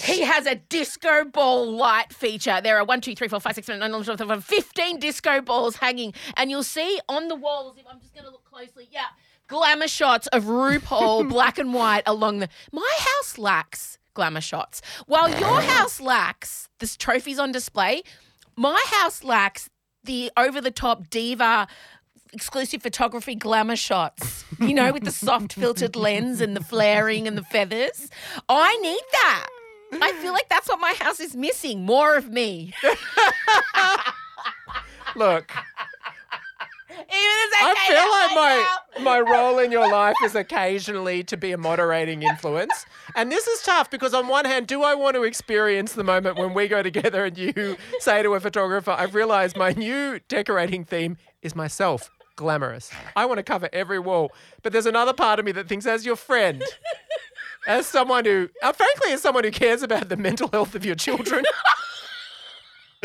Speaker 1: he has a disco ball light feature. There are one, two, three, four, five, six, seven, eight, nine, 11, 12, 13, 15 disco balls hanging. And you'll see on the walls, if I'm just going to look closely, yeah, glamour shots of RuPaul, black and white, along the. My house lacks glamour shots. While your house lacks this trophies on display, my house lacks the over the top diva exclusive photography glamour shots, you know, with the soft filtered lens and the flaring and the feathers. I need that. I feel like that's what my house is missing. More of me. Even
Speaker 4: Look,
Speaker 1: as I,
Speaker 4: I
Speaker 1: came out
Speaker 4: feel like my, my role in your life is occasionally to be a moderating influence. And this is tough because, on one hand, do I want to experience the moment when we go together and you say to a photographer, I've realized my new decorating theme is myself, glamorous. I want to cover every wall. But there's another part of me that thinks, as your friend, as someone who, uh, frankly, as someone who cares about the mental health of your children.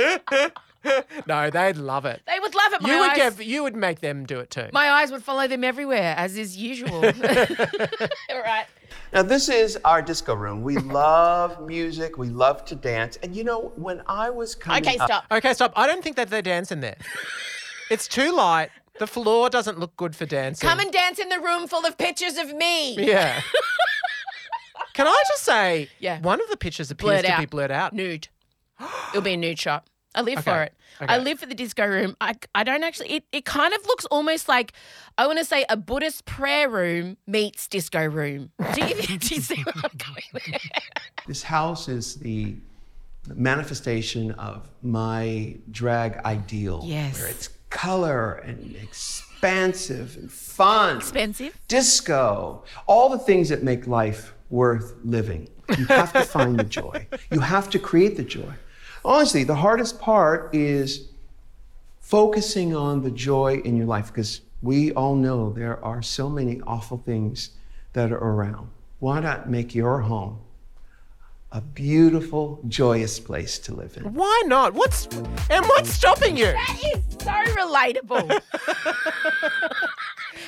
Speaker 4: no, they'd love it.
Speaker 1: They would love it. My
Speaker 4: You would
Speaker 1: eyes,
Speaker 4: give, you would make them do it too.
Speaker 1: my eyes would follow them everywhere, as is usual. All right.
Speaker 9: Now, this is our disco room. We love music. We love to dance. And you know, when I was coming
Speaker 1: Okay,
Speaker 9: up,
Speaker 1: stop.
Speaker 4: Okay, stop. I don't think that they dance in there. It's too light. The floor doesn't look good for dancing.
Speaker 1: Come and dance in the room full of pictures of me.
Speaker 4: Yeah. Can I just say,
Speaker 1: Yeah.
Speaker 4: one of the pictures appears
Speaker 1: Blurred
Speaker 4: to
Speaker 1: out.
Speaker 4: be blurred out.
Speaker 1: Nude. It'll be a nude shot. I live for
Speaker 4: Okay.
Speaker 1: it.
Speaker 4: Okay.
Speaker 1: I live for the disco room. I, I don't actually, it, it kind of looks almost like, I want to say a Buddhist prayer room meets disco room. Do you, do you see where I'm going there?
Speaker 9: This house is the manifestation of my drag ideal.
Speaker 1: Yes.
Speaker 9: Where it's color and expansive and fun.
Speaker 1: Expensive.
Speaker 9: Disco. All the things that make life worth living. You have to find the joy. You have to create the joy. Honestly, the hardest part is focusing on the joy in your life because we all know there are so many awful things that are around. Why not make your home a beautiful, joyous place to live in?
Speaker 4: Why not? What's and what's stopping you?
Speaker 1: That is so relatable.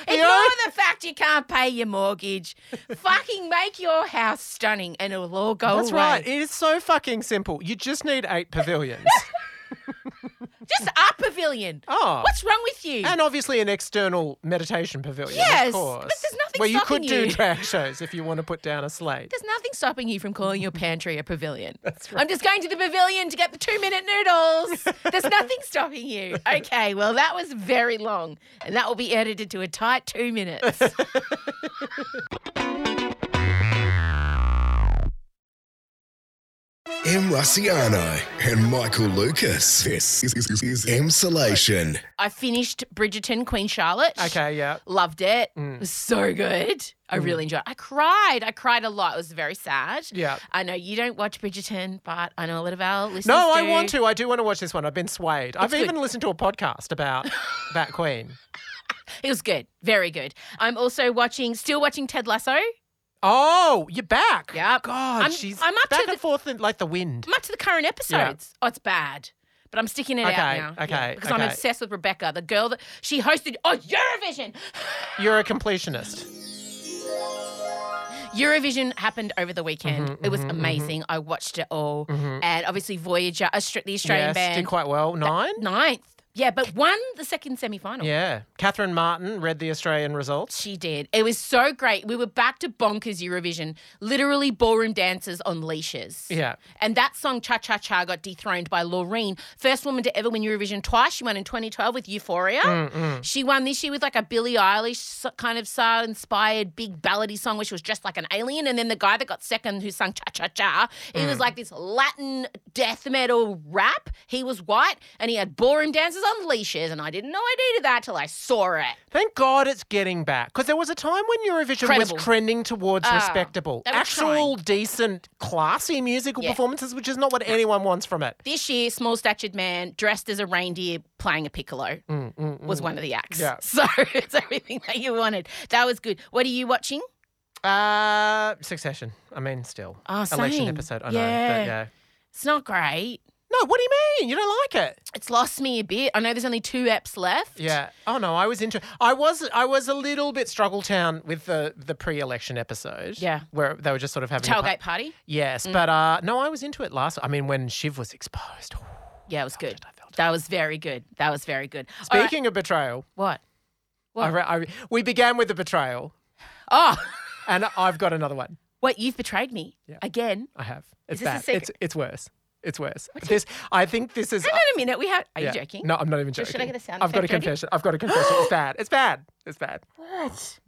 Speaker 1: Ignore the fact you can't pay your mortgage. Fucking make your house stunning and it'll all go
Speaker 4: That's
Speaker 1: away.
Speaker 4: right. It is so fucking simple. You just need eight pavilions.
Speaker 1: Just our pavilion.
Speaker 4: Oh.
Speaker 1: What's wrong with you?
Speaker 4: and obviously an external meditation pavilion.
Speaker 1: Yes,
Speaker 4: Of course.
Speaker 1: but there's nothing
Speaker 4: Where you
Speaker 1: stopping
Speaker 4: could do
Speaker 1: you.
Speaker 4: drag shows if you want to put down a slate.
Speaker 1: There's nothing stopping you from calling your pantry a pavilion. That's right. I'm just going to the pavilion to get the two minute noodles. There's nothing stopping you. Okay, well, that was very long, and that will be edited to a tight two minutes.
Speaker 2: M. Rossiano and Michael Lucas. This is, is, is Emsolation.
Speaker 1: I finished Bridgerton, Queen Charlotte.
Speaker 4: Okay, Mm. yeah.
Speaker 1: Loved it. It was so good. I really enjoyed it. I cried. I cried a lot. It was very sad.
Speaker 4: Yeah.
Speaker 1: I know you don't watch Bridgerton, but I know a lot of our listeners.
Speaker 4: No, I
Speaker 1: do.
Speaker 4: want to. I do want to watch this one. I've been swayed. I've
Speaker 1: good.
Speaker 4: even listened to a podcast about that queen.
Speaker 1: It was good. Very good. I'm also watching, still watching Ted Lasso.
Speaker 4: Oh, you're back.
Speaker 1: Yep.
Speaker 4: God,
Speaker 1: I'm-
Speaker 4: she's
Speaker 1: I'm up to
Speaker 4: back
Speaker 1: the-
Speaker 4: and forth in, like the wind.
Speaker 1: much of the current episodes. Oh, it's bad. But I'm sticking it
Speaker 4: Okay,
Speaker 1: out now.
Speaker 4: okay,
Speaker 1: because I'm
Speaker 4: okay.
Speaker 1: obsessed with Rebecca, the girl that she hosted oh Eurovision.
Speaker 4: You're a completionist.
Speaker 1: Eurovision happened over the weekend.
Speaker 4: Mm-hmm,
Speaker 1: it was amazing. I watched it all. And obviously Voyager, Austra- the Australian
Speaker 4: yes,
Speaker 1: band
Speaker 4: did quite well. Nine.
Speaker 1: ninth. Yeah, but won the second semi final.
Speaker 4: Yeah. Catherine Martin read the Australian results.
Speaker 1: She did. It was so great. We were back to bonkers Eurovision, literally ballroom dancers on leashes.
Speaker 4: Yeah.
Speaker 1: And that song, Cha Cha Cha, got dethroned by Laureen, first woman to ever win Eurovision twice. She won in 2012 with Euphoria. She won this year with like a Billie Eilish s- kind of style inspired big ballady song where she was dressed like an alien. And then the guy that got second who sung Cha Cha Cha, he was like this Latin death metal rap. He was white and he had ballroom dancers on leashes, and I didn't know I needed that till I saw it.
Speaker 4: Thank God it's getting back because there was a time when Eurovision
Speaker 1: Credible. Ah,
Speaker 4: was trending towards respectable,
Speaker 1: they were
Speaker 4: actual, decent, classy musical
Speaker 1: Yeah.
Speaker 4: performances, which is not what anyone wants from it.
Speaker 1: This year, small statured man dressed as a reindeer playing a piccolo was one of the acts.
Speaker 4: Mm, Yeah.
Speaker 1: So it's everything that you wanted. That was good. What are you watching?
Speaker 4: Uh, Succession. I mean, still
Speaker 1: Oh,
Speaker 4: election
Speaker 1: same.
Speaker 4: episode. I know,
Speaker 1: Yeah.
Speaker 4: but yeah.
Speaker 1: It's not great.
Speaker 4: No, what do you mean? You don't like it?
Speaker 1: It's lost me a bit. I know there's only two eps left.
Speaker 4: Yeah. Oh no, I was into. I was. I was a little bit struggle town with the the pre-election episode.
Speaker 1: Yeah.
Speaker 4: Where they were just sort of having a pa-
Speaker 1: Tailgate Mm. party.
Speaker 4: yes, but uh, no, I was into it last. I mean, when Shiv was exposed.
Speaker 1: Yeah, it was good. That was very good. That was very good. All right,
Speaker 4: Speaking of betrayal,
Speaker 1: what?
Speaker 4: I re- I re- we began with the betrayal,
Speaker 1: Oh,
Speaker 4: and I've got another one.
Speaker 1: what? You've betrayed me again.
Speaker 4: I have. It's
Speaker 1: this a
Speaker 4: bad.
Speaker 1: secret?
Speaker 4: It's it's worse. It's worse. this I think this is.
Speaker 1: Hang on a minute. We have. Are
Speaker 4: yeah.
Speaker 1: you joking?
Speaker 4: No, I'm not even
Speaker 1: So
Speaker 4: joking.
Speaker 1: should I get a sound
Speaker 4: I've got a
Speaker 1: effect ready?
Speaker 4: confession. I've got a confession. it's bad. It's bad. It's bad.
Speaker 1: What?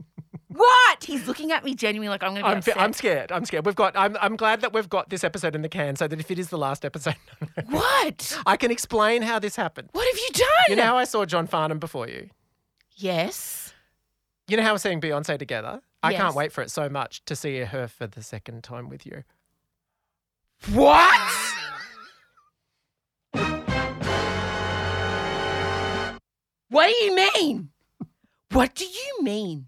Speaker 1: what? He's looking at me genuinely like I'm going to be
Speaker 4: I'm, fe-
Speaker 1: upset.
Speaker 4: I'm scared. I'm scared. We've got. I'm, I'm glad that we've got this episode in the can, so that if it is the last episode,
Speaker 1: What?
Speaker 4: I can explain how this happened.
Speaker 1: What have you done?
Speaker 4: You know how I saw John Farnham before you.
Speaker 1: yes.
Speaker 4: You know how we're seeing Beyonce together. I
Speaker 1: Yes.
Speaker 4: can't wait for it so much to see her for the second time with you.
Speaker 1: What? what do you mean? What do you mean?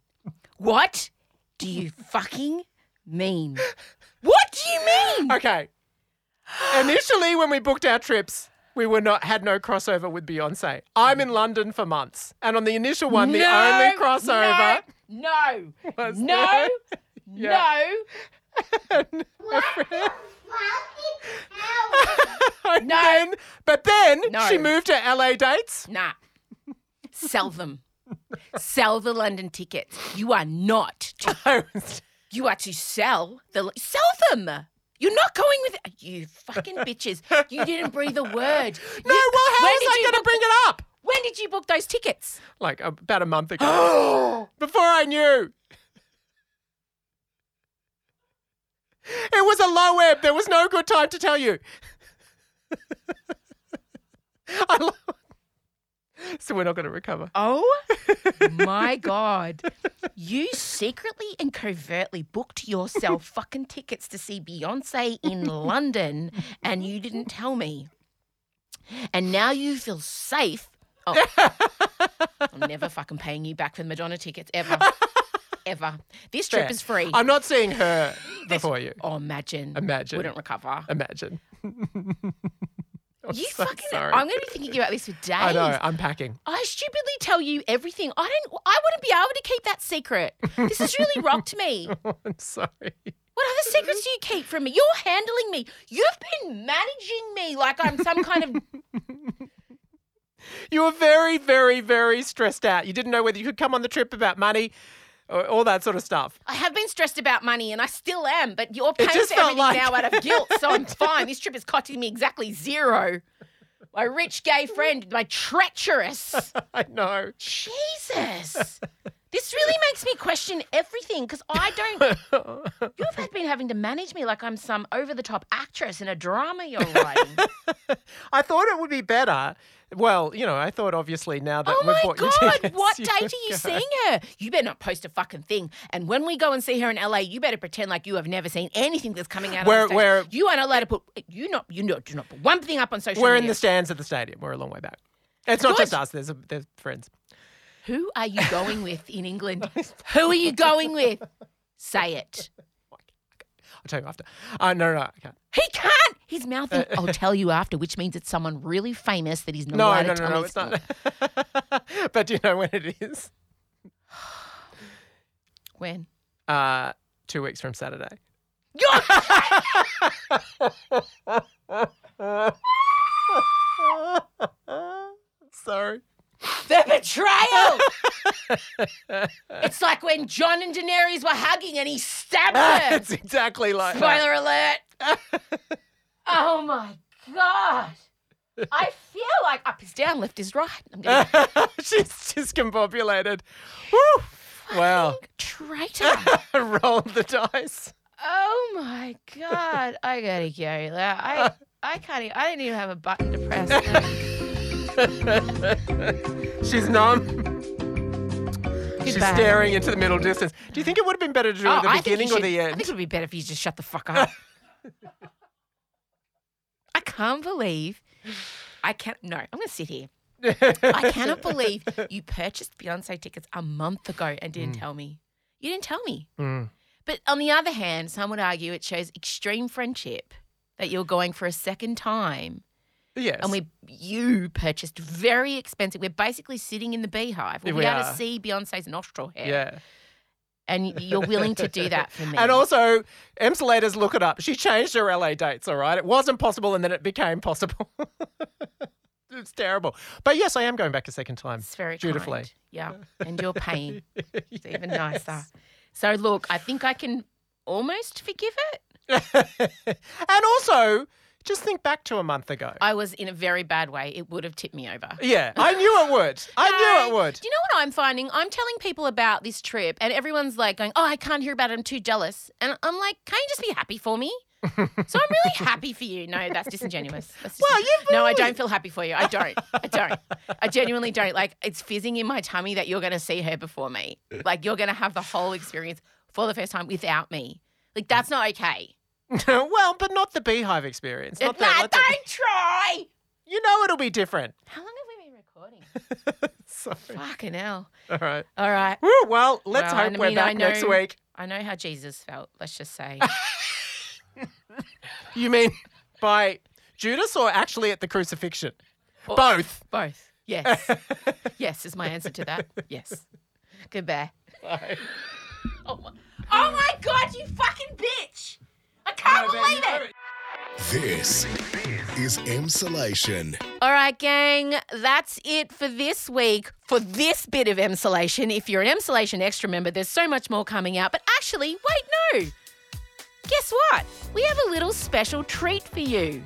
Speaker 1: What do you fucking mean? What do you mean?
Speaker 4: Okay. Initially, when we booked our trips, we were not had no crossover with Beyonce. I'm in London for months, and on the initial one, the only crossover.
Speaker 1: No. No.
Speaker 4: was
Speaker 1: No.
Speaker 4: Yeah. And
Speaker 1: No.
Speaker 4: then- but then
Speaker 1: No.
Speaker 4: she moved to LA dates.
Speaker 1: no. Nah. Sell them. Sell the London tickets. You are not to
Speaker 4: I was-
Speaker 1: You are to sell the sell them. You're not going with you fucking bitches. You didn't breathe a word.
Speaker 4: no,
Speaker 1: You-
Speaker 4: well, how
Speaker 1: when
Speaker 4: was
Speaker 1: did
Speaker 4: I
Speaker 1: you
Speaker 4: going to
Speaker 1: book-
Speaker 4: bring it up?
Speaker 1: When did you book those tickets?
Speaker 4: Like uh, about a month ago, before I knew. It was a low ebb. There was no good time to tell you. I lo- so we're not going to recover.
Speaker 1: Oh my god! You secretly and covertly booked yourself fucking tickets to see Beyonce in London, and you didn't tell me. And now you feel safe. Oh, I'm never fucking paying you back for the Madonna tickets ever, ever. This trip
Speaker 4: Fair.
Speaker 1: is free.
Speaker 4: I'm not seeing her before you.
Speaker 1: Oh, imagine.
Speaker 4: Imagine.
Speaker 1: Wouldn't recover.
Speaker 4: Imagine.
Speaker 1: you
Speaker 4: so
Speaker 1: fucking.
Speaker 4: sorry.
Speaker 1: I'm going to be thinking about this for days.
Speaker 4: I know. I'm packing.
Speaker 1: I stupidly tell you everything. I don't. I wouldn't be able to keep that secret. This has really rocked me.
Speaker 4: I'm sorry.
Speaker 1: What other secrets do you keep from me? You're handling me. You've been managing me like I'm some kind of.
Speaker 4: You were very, very, very stressed out. You didn't know whether you could come on the trip about money or all that sort of stuff.
Speaker 1: I have been stressed about money, and I still am. But you're paying
Speaker 4: just
Speaker 1: for
Speaker 4: felt
Speaker 1: everything
Speaker 4: like-
Speaker 1: now out of guilt, so I'm fine. This trip is costing me exactly zero. My rich gay friend, my treacherous.
Speaker 4: I know.
Speaker 1: Jesus. This really makes me question everything because I don't. You've had been having to manage me like I'm some over the top actress in a drama you're writing.
Speaker 4: I thought it would be better. Well, you know, I thought obviously now that
Speaker 1: oh
Speaker 4: we've
Speaker 1: my
Speaker 4: bought
Speaker 1: God,
Speaker 4: your tickets,
Speaker 1: what
Speaker 4: you
Speaker 1: date
Speaker 4: would
Speaker 1: are you
Speaker 4: go.
Speaker 1: seeing her? You better not post a fucking thing. And when we go and see her in LA, you better pretend like you have never seen anything that's coming out
Speaker 4: We're-
Speaker 1: of the
Speaker 4: we're-
Speaker 1: You aren't allowed to put. You not. You not, do not put one thing up on social
Speaker 4: We're
Speaker 1: media.
Speaker 4: in the stands at the stadium. We're a long way back. It's not just us. There's a, there's friends.
Speaker 1: Who are you going with in England? Who are you going with? Say it.
Speaker 4: I'll tell you after. Uh, no, no, no, I can't.
Speaker 1: He can't. He's mouthing. I'll tell you after, which means it's someone really famous that he's not
Speaker 4: No,
Speaker 1: allowed
Speaker 4: no,
Speaker 1: to
Speaker 4: no,
Speaker 1: tell
Speaker 4: no,
Speaker 1: me
Speaker 4: it's not. but do you know when it is?
Speaker 1: When?
Speaker 4: Uh, two weeks from Saturday.
Speaker 1: You're
Speaker 4: Sorry.
Speaker 1: the betrayal. it's like when John and Daenerys were hugging and he stabbed her.
Speaker 4: Ah, it's exactly like that.
Speaker 1: Spoiler alert. oh my god. I feel like up is down, left is right. I'm gonna
Speaker 4: She's discombobulated. Woo! Wow.
Speaker 1: be traitor.
Speaker 4: Roll the dice.
Speaker 1: Oh my e, god! I gotta go. I I can't. Even, I didn't even have a button to press.
Speaker 4: She's numb. She's
Speaker 1: bad.
Speaker 4: staring into the middle distance. Do you think it would have been better to do it at the
Speaker 1: Oh, I think you
Speaker 4: beginning or
Speaker 1: should-
Speaker 4: the
Speaker 1: I think it
Speaker 4: end?
Speaker 1: would be better if you just shut the fuck up. I can't believe I can't. No, I'm going to sit here. I cannot believe you purchased Beyonce tickets a month ago and
Speaker 4: Mm.
Speaker 1: didn't tell me. You didn't tell me. But on the other hand, some would argue it shows extreme friendship that you're going for a second time.
Speaker 4: Yes.
Speaker 1: And we, you purchased very expensive. We're basically sitting in the beehive. We'll
Speaker 4: We
Speaker 1: be able to
Speaker 4: are.
Speaker 1: see Beyonce's nostril hair.
Speaker 4: yeah.
Speaker 1: And you're willing to do that for me.
Speaker 4: And also, Emsalator's look it up. She changed her LA dates, all right? It wasn't possible and then it became possible. it's terrible. But yes, I am going back a second time.
Speaker 1: It's very
Speaker 4: Dutifully.
Speaker 1: kind. Yeah, and you're paying. It's even nicer. So look, I think I can almost forgive it.
Speaker 4: and also, just think back to a month ago.
Speaker 1: I was in a very bad way. It would have tipped me over.
Speaker 4: yeah, I knew it would. I
Speaker 1: No.
Speaker 4: knew it would.
Speaker 1: Do you know what I'm finding? I'm telling people about this trip, and everyone's like going, "Oh, I can't hear about it. I'm too jealous." And I'm like, "Can't you just be happy for me?" so I'm really happy for you. No, that's disingenuous. That's
Speaker 4: Well,
Speaker 1: disin-
Speaker 4: you've
Speaker 1: no, I don't feel happy for you. I don't. I don't. I genuinely don't. Like it's fizzing in my tummy that you're going to see her before me. Like you're going to have the whole experience for the first time without me. Like that's not okay.
Speaker 4: well, but not the beehive experience. Not
Speaker 1: Nah,
Speaker 4: that,
Speaker 1: don't
Speaker 4: that's a-
Speaker 1: try.
Speaker 4: You know it'll be different.
Speaker 1: How long have we been recording?
Speaker 4: Sorry.
Speaker 1: Fucking hell.
Speaker 4: All right.
Speaker 1: All right.
Speaker 4: Woo, well, let's
Speaker 1: Well,
Speaker 4: hope
Speaker 1: I
Speaker 4: we're
Speaker 1: mean, I
Speaker 4: back next
Speaker 1: know-
Speaker 4: week.
Speaker 1: I know how Jesus felt. Let's just say.
Speaker 4: You mean by Judas or actually at the crucifixion? Both.
Speaker 1: Both. Yes. yes is my answer to that. Yes. Goodbye. Oh my, oh my god, you fucking bitch! I can't believe it!
Speaker 2: This is Emsolation.
Speaker 1: All right, gang, that's it for this week for this bit of Emsolation. If you're an Emsolation Extra member, there's so much more coming out. But actually, wait, no. Guess what? We have a little special treat for you.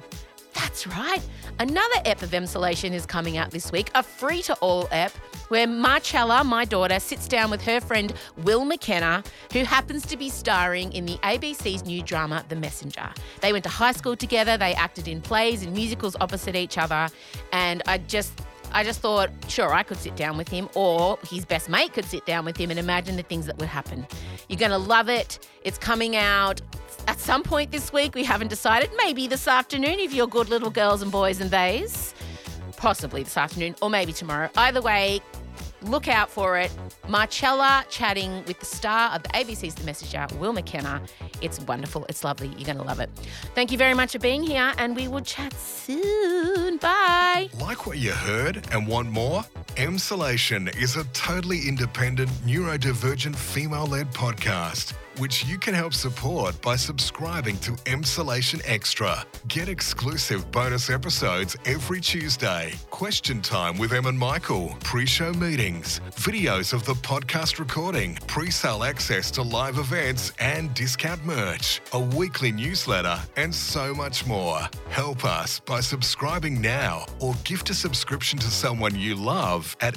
Speaker 1: That's right. Another ep of Emsolation is coming out this week, a free to all ep where Marcella, my daughter, sits down with her friend Will McKenna, who happens to be starring in the ABC's new drama The Messenger. They went to high school together, they acted in plays and musicals opposite each other, and I just I just thought, sure, I could sit down with him, or his best mate could sit down with him and imagine the things that would happen. You're going to love it. It's coming out at some point this week. We haven't decided. Maybe this afternoon if you're good little girls and boys and theys. Possibly this afternoon, or maybe tomorrow. Either way, look out for it. Marcella chatting with the star of the ABC's The Messenger, Will McKenna. It's wonderful. It's lovely. You're going to love it. Thank you very much for being here, and we will chat soon. Bye.
Speaker 2: Like what you heard and want more? Emsolation is a totally independent, neurodivergent, female led podcast, which you can help support by subscribing to Emsolation Extra. Get exclusive bonus episodes every Tuesday, question time with Em and Michael, pre show meetings, videos of the podcast recording, pre sale access to live events and discount merch, a weekly newsletter, and so much more. Help us by subscribing now or gift a subscription to someone you love at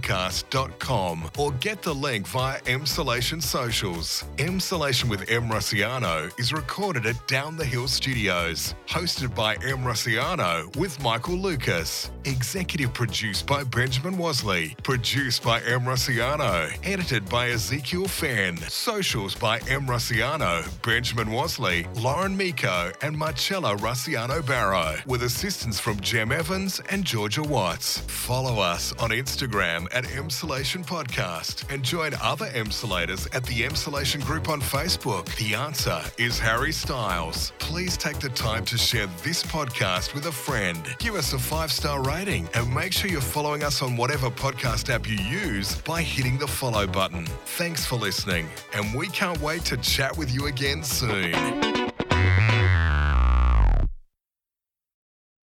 Speaker 2: msolation.supercast.com or get the link via Msolation Socials. Msolation with M. Rossiano is recorded at Down the Hill Studios, hosted by M. Rossiano with Michael Lucas. Executive produced by Benjamin Wosley. Produced by M. Rossiano. Edited by Ezekiel Fan. Socials by M. Rossiano, Benjamin Wosley, Lauren Miko, and Marcella Rossiano Barrow. With assistance from Jem Evans and Georgia Watts. Follow us on Instagram at Emsolation Podcast and join other Emsolators at the Emsolation Group on Facebook. The answer is Harry Styles. Please take the time to share this podcast with a friend. Give us a five star rating and make sure you're following us on whatever podcast app you use by hitting the follow button. Thanks for listening, and we can't wait to chat with you again soon.